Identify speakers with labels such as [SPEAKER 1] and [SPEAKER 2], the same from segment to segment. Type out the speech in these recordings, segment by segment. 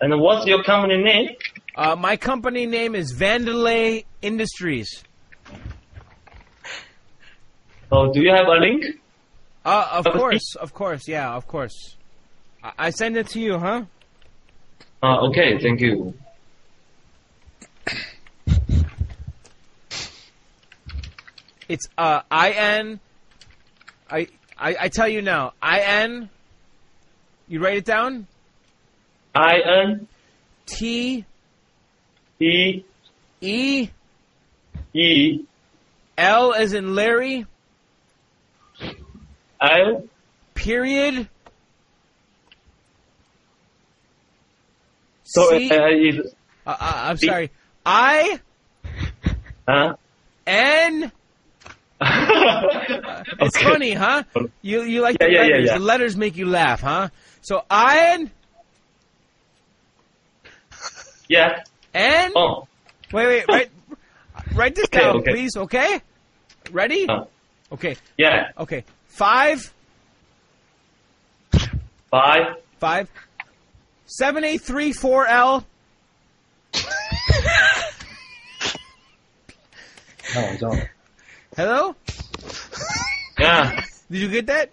[SPEAKER 1] And what's your company name?
[SPEAKER 2] Uh, my company name is Vandalay Industries.
[SPEAKER 1] So do you have a link?
[SPEAKER 2] Uh, of
[SPEAKER 1] Okay.
[SPEAKER 2] course, of course, yeah, of course. I, I send it to you, huh?
[SPEAKER 1] Uh, okay, thank you.
[SPEAKER 2] It's uh, I N. I I I tell you now, I N. You write it down.
[SPEAKER 1] I N
[SPEAKER 2] T
[SPEAKER 1] E
[SPEAKER 2] E
[SPEAKER 1] E
[SPEAKER 2] L as in Larry.
[SPEAKER 1] L
[SPEAKER 2] Period.
[SPEAKER 1] So
[SPEAKER 2] C-
[SPEAKER 1] uh, is
[SPEAKER 2] uh, uh, I'm sorry. I
[SPEAKER 1] huh?
[SPEAKER 2] N. It's
[SPEAKER 1] Okay.
[SPEAKER 2] funny, huh? You you like
[SPEAKER 1] Yeah,
[SPEAKER 2] the
[SPEAKER 1] yeah, yeah,
[SPEAKER 2] letters?
[SPEAKER 1] yeah.
[SPEAKER 2] The letters make you laugh, huh? So I N
[SPEAKER 1] Yeah.
[SPEAKER 2] N.
[SPEAKER 1] Oh.
[SPEAKER 2] Wait, wait, write, write this
[SPEAKER 1] Okay,
[SPEAKER 2] down,
[SPEAKER 1] okay.
[SPEAKER 2] please. Okay, ready?
[SPEAKER 1] Uh,
[SPEAKER 2] Okay,
[SPEAKER 1] yeah.
[SPEAKER 2] okay. Five,
[SPEAKER 1] Five.
[SPEAKER 2] five, seven, eight, three, four, L.
[SPEAKER 1] No, no.
[SPEAKER 2] Hello?
[SPEAKER 1] Yeah.
[SPEAKER 2] Did you get that?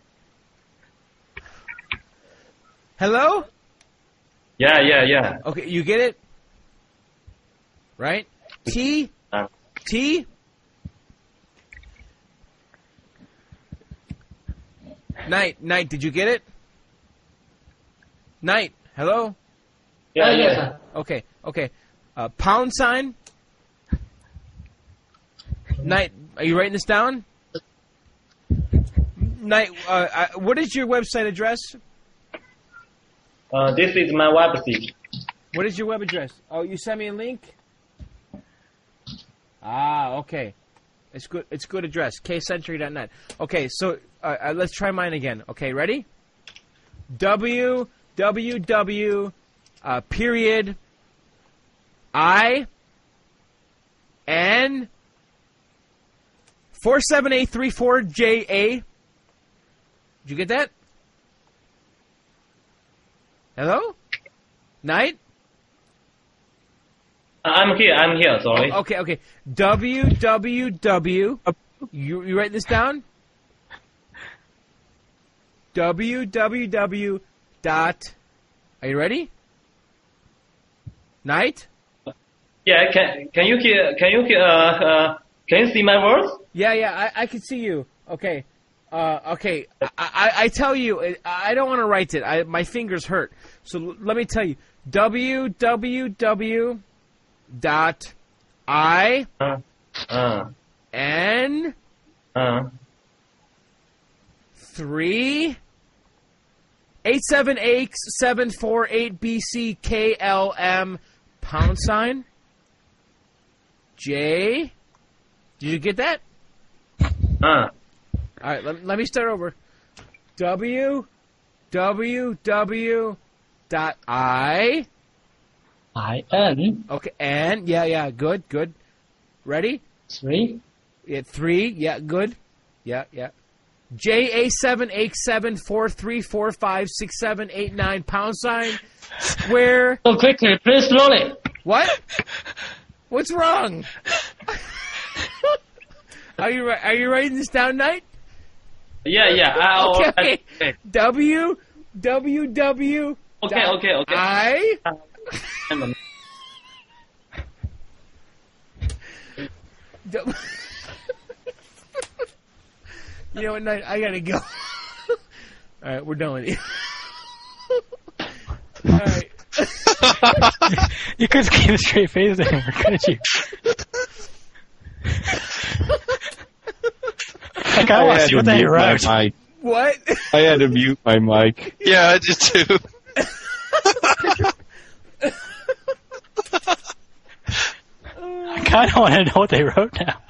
[SPEAKER 2] Hello?
[SPEAKER 1] Yeah. Yeah. Yeah.
[SPEAKER 2] Okay, you get it. Right? T
[SPEAKER 1] Uh,
[SPEAKER 2] T. Night, night. Did you get it? Night. Hello.
[SPEAKER 3] Uh,
[SPEAKER 1] yeah. Yeah.
[SPEAKER 2] Okay, okay. Uh, pound sign. Night. Are you writing this down? Night. Uh, I, what is your website address?
[SPEAKER 1] Uh, this is my website.
[SPEAKER 2] What is your web address? Oh, you sent me a link. Ah, okay. It's good. It's good address. kcentury.net. Okay, so uh, uh, let's try mine again. Okay, ready? W W W uh, period I N four seven eight three four J A. Did you get that? Hello, night.
[SPEAKER 1] Uh, I'm here. I'm here. Sorry.
[SPEAKER 2] Okay, okay. www. You, you write this down? www. Dot. Are you ready? Night?
[SPEAKER 1] Yeah. Can Can you hear? Can you hear? Uh, uh, can you see my words?
[SPEAKER 2] Yeah, yeah, I, I can see you. Okay. Uh, okay, I, I, I tell you, I- I don't want to write it. I, my fingers hurt. So l- let me tell you. www. Dot. I.
[SPEAKER 1] Uh, uh,
[SPEAKER 2] N.
[SPEAKER 1] uh.
[SPEAKER 2] three eight seven eight seven four eight B C K L M pound sign J. Did you get that?
[SPEAKER 1] Uh.
[SPEAKER 2] All right, let, let me start over. W W W dot I.
[SPEAKER 3] I N
[SPEAKER 2] Okay, and yeah, yeah, good, good. Ready?
[SPEAKER 3] three
[SPEAKER 2] Yeah, three. Yeah, good. Yeah, yeah. J A seven eight seven four three four five six seven eight nine pound sign square.
[SPEAKER 3] So quickly, please slowly.
[SPEAKER 2] What? What's wrong? are you ri- are you writing this down, Knight?
[SPEAKER 1] Yeah. Yeah. I,
[SPEAKER 2] Okay.
[SPEAKER 1] okay.
[SPEAKER 2] W W W
[SPEAKER 1] Okay. Okay. Okay.
[SPEAKER 2] I.
[SPEAKER 1] I'm-
[SPEAKER 2] W- you know what, Knight? I gotta go. All right, we're done with you. All right.
[SPEAKER 4] you couldn't keep a straight face anymore, couldn't you? like, I want to see what they wrote.
[SPEAKER 5] my mic.
[SPEAKER 2] What?
[SPEAKER 5] I had to mute my mic.
[SPEAKER 6] Yeah, I did too.
[SPEAKER 4] I kind of want to know what they wrote now.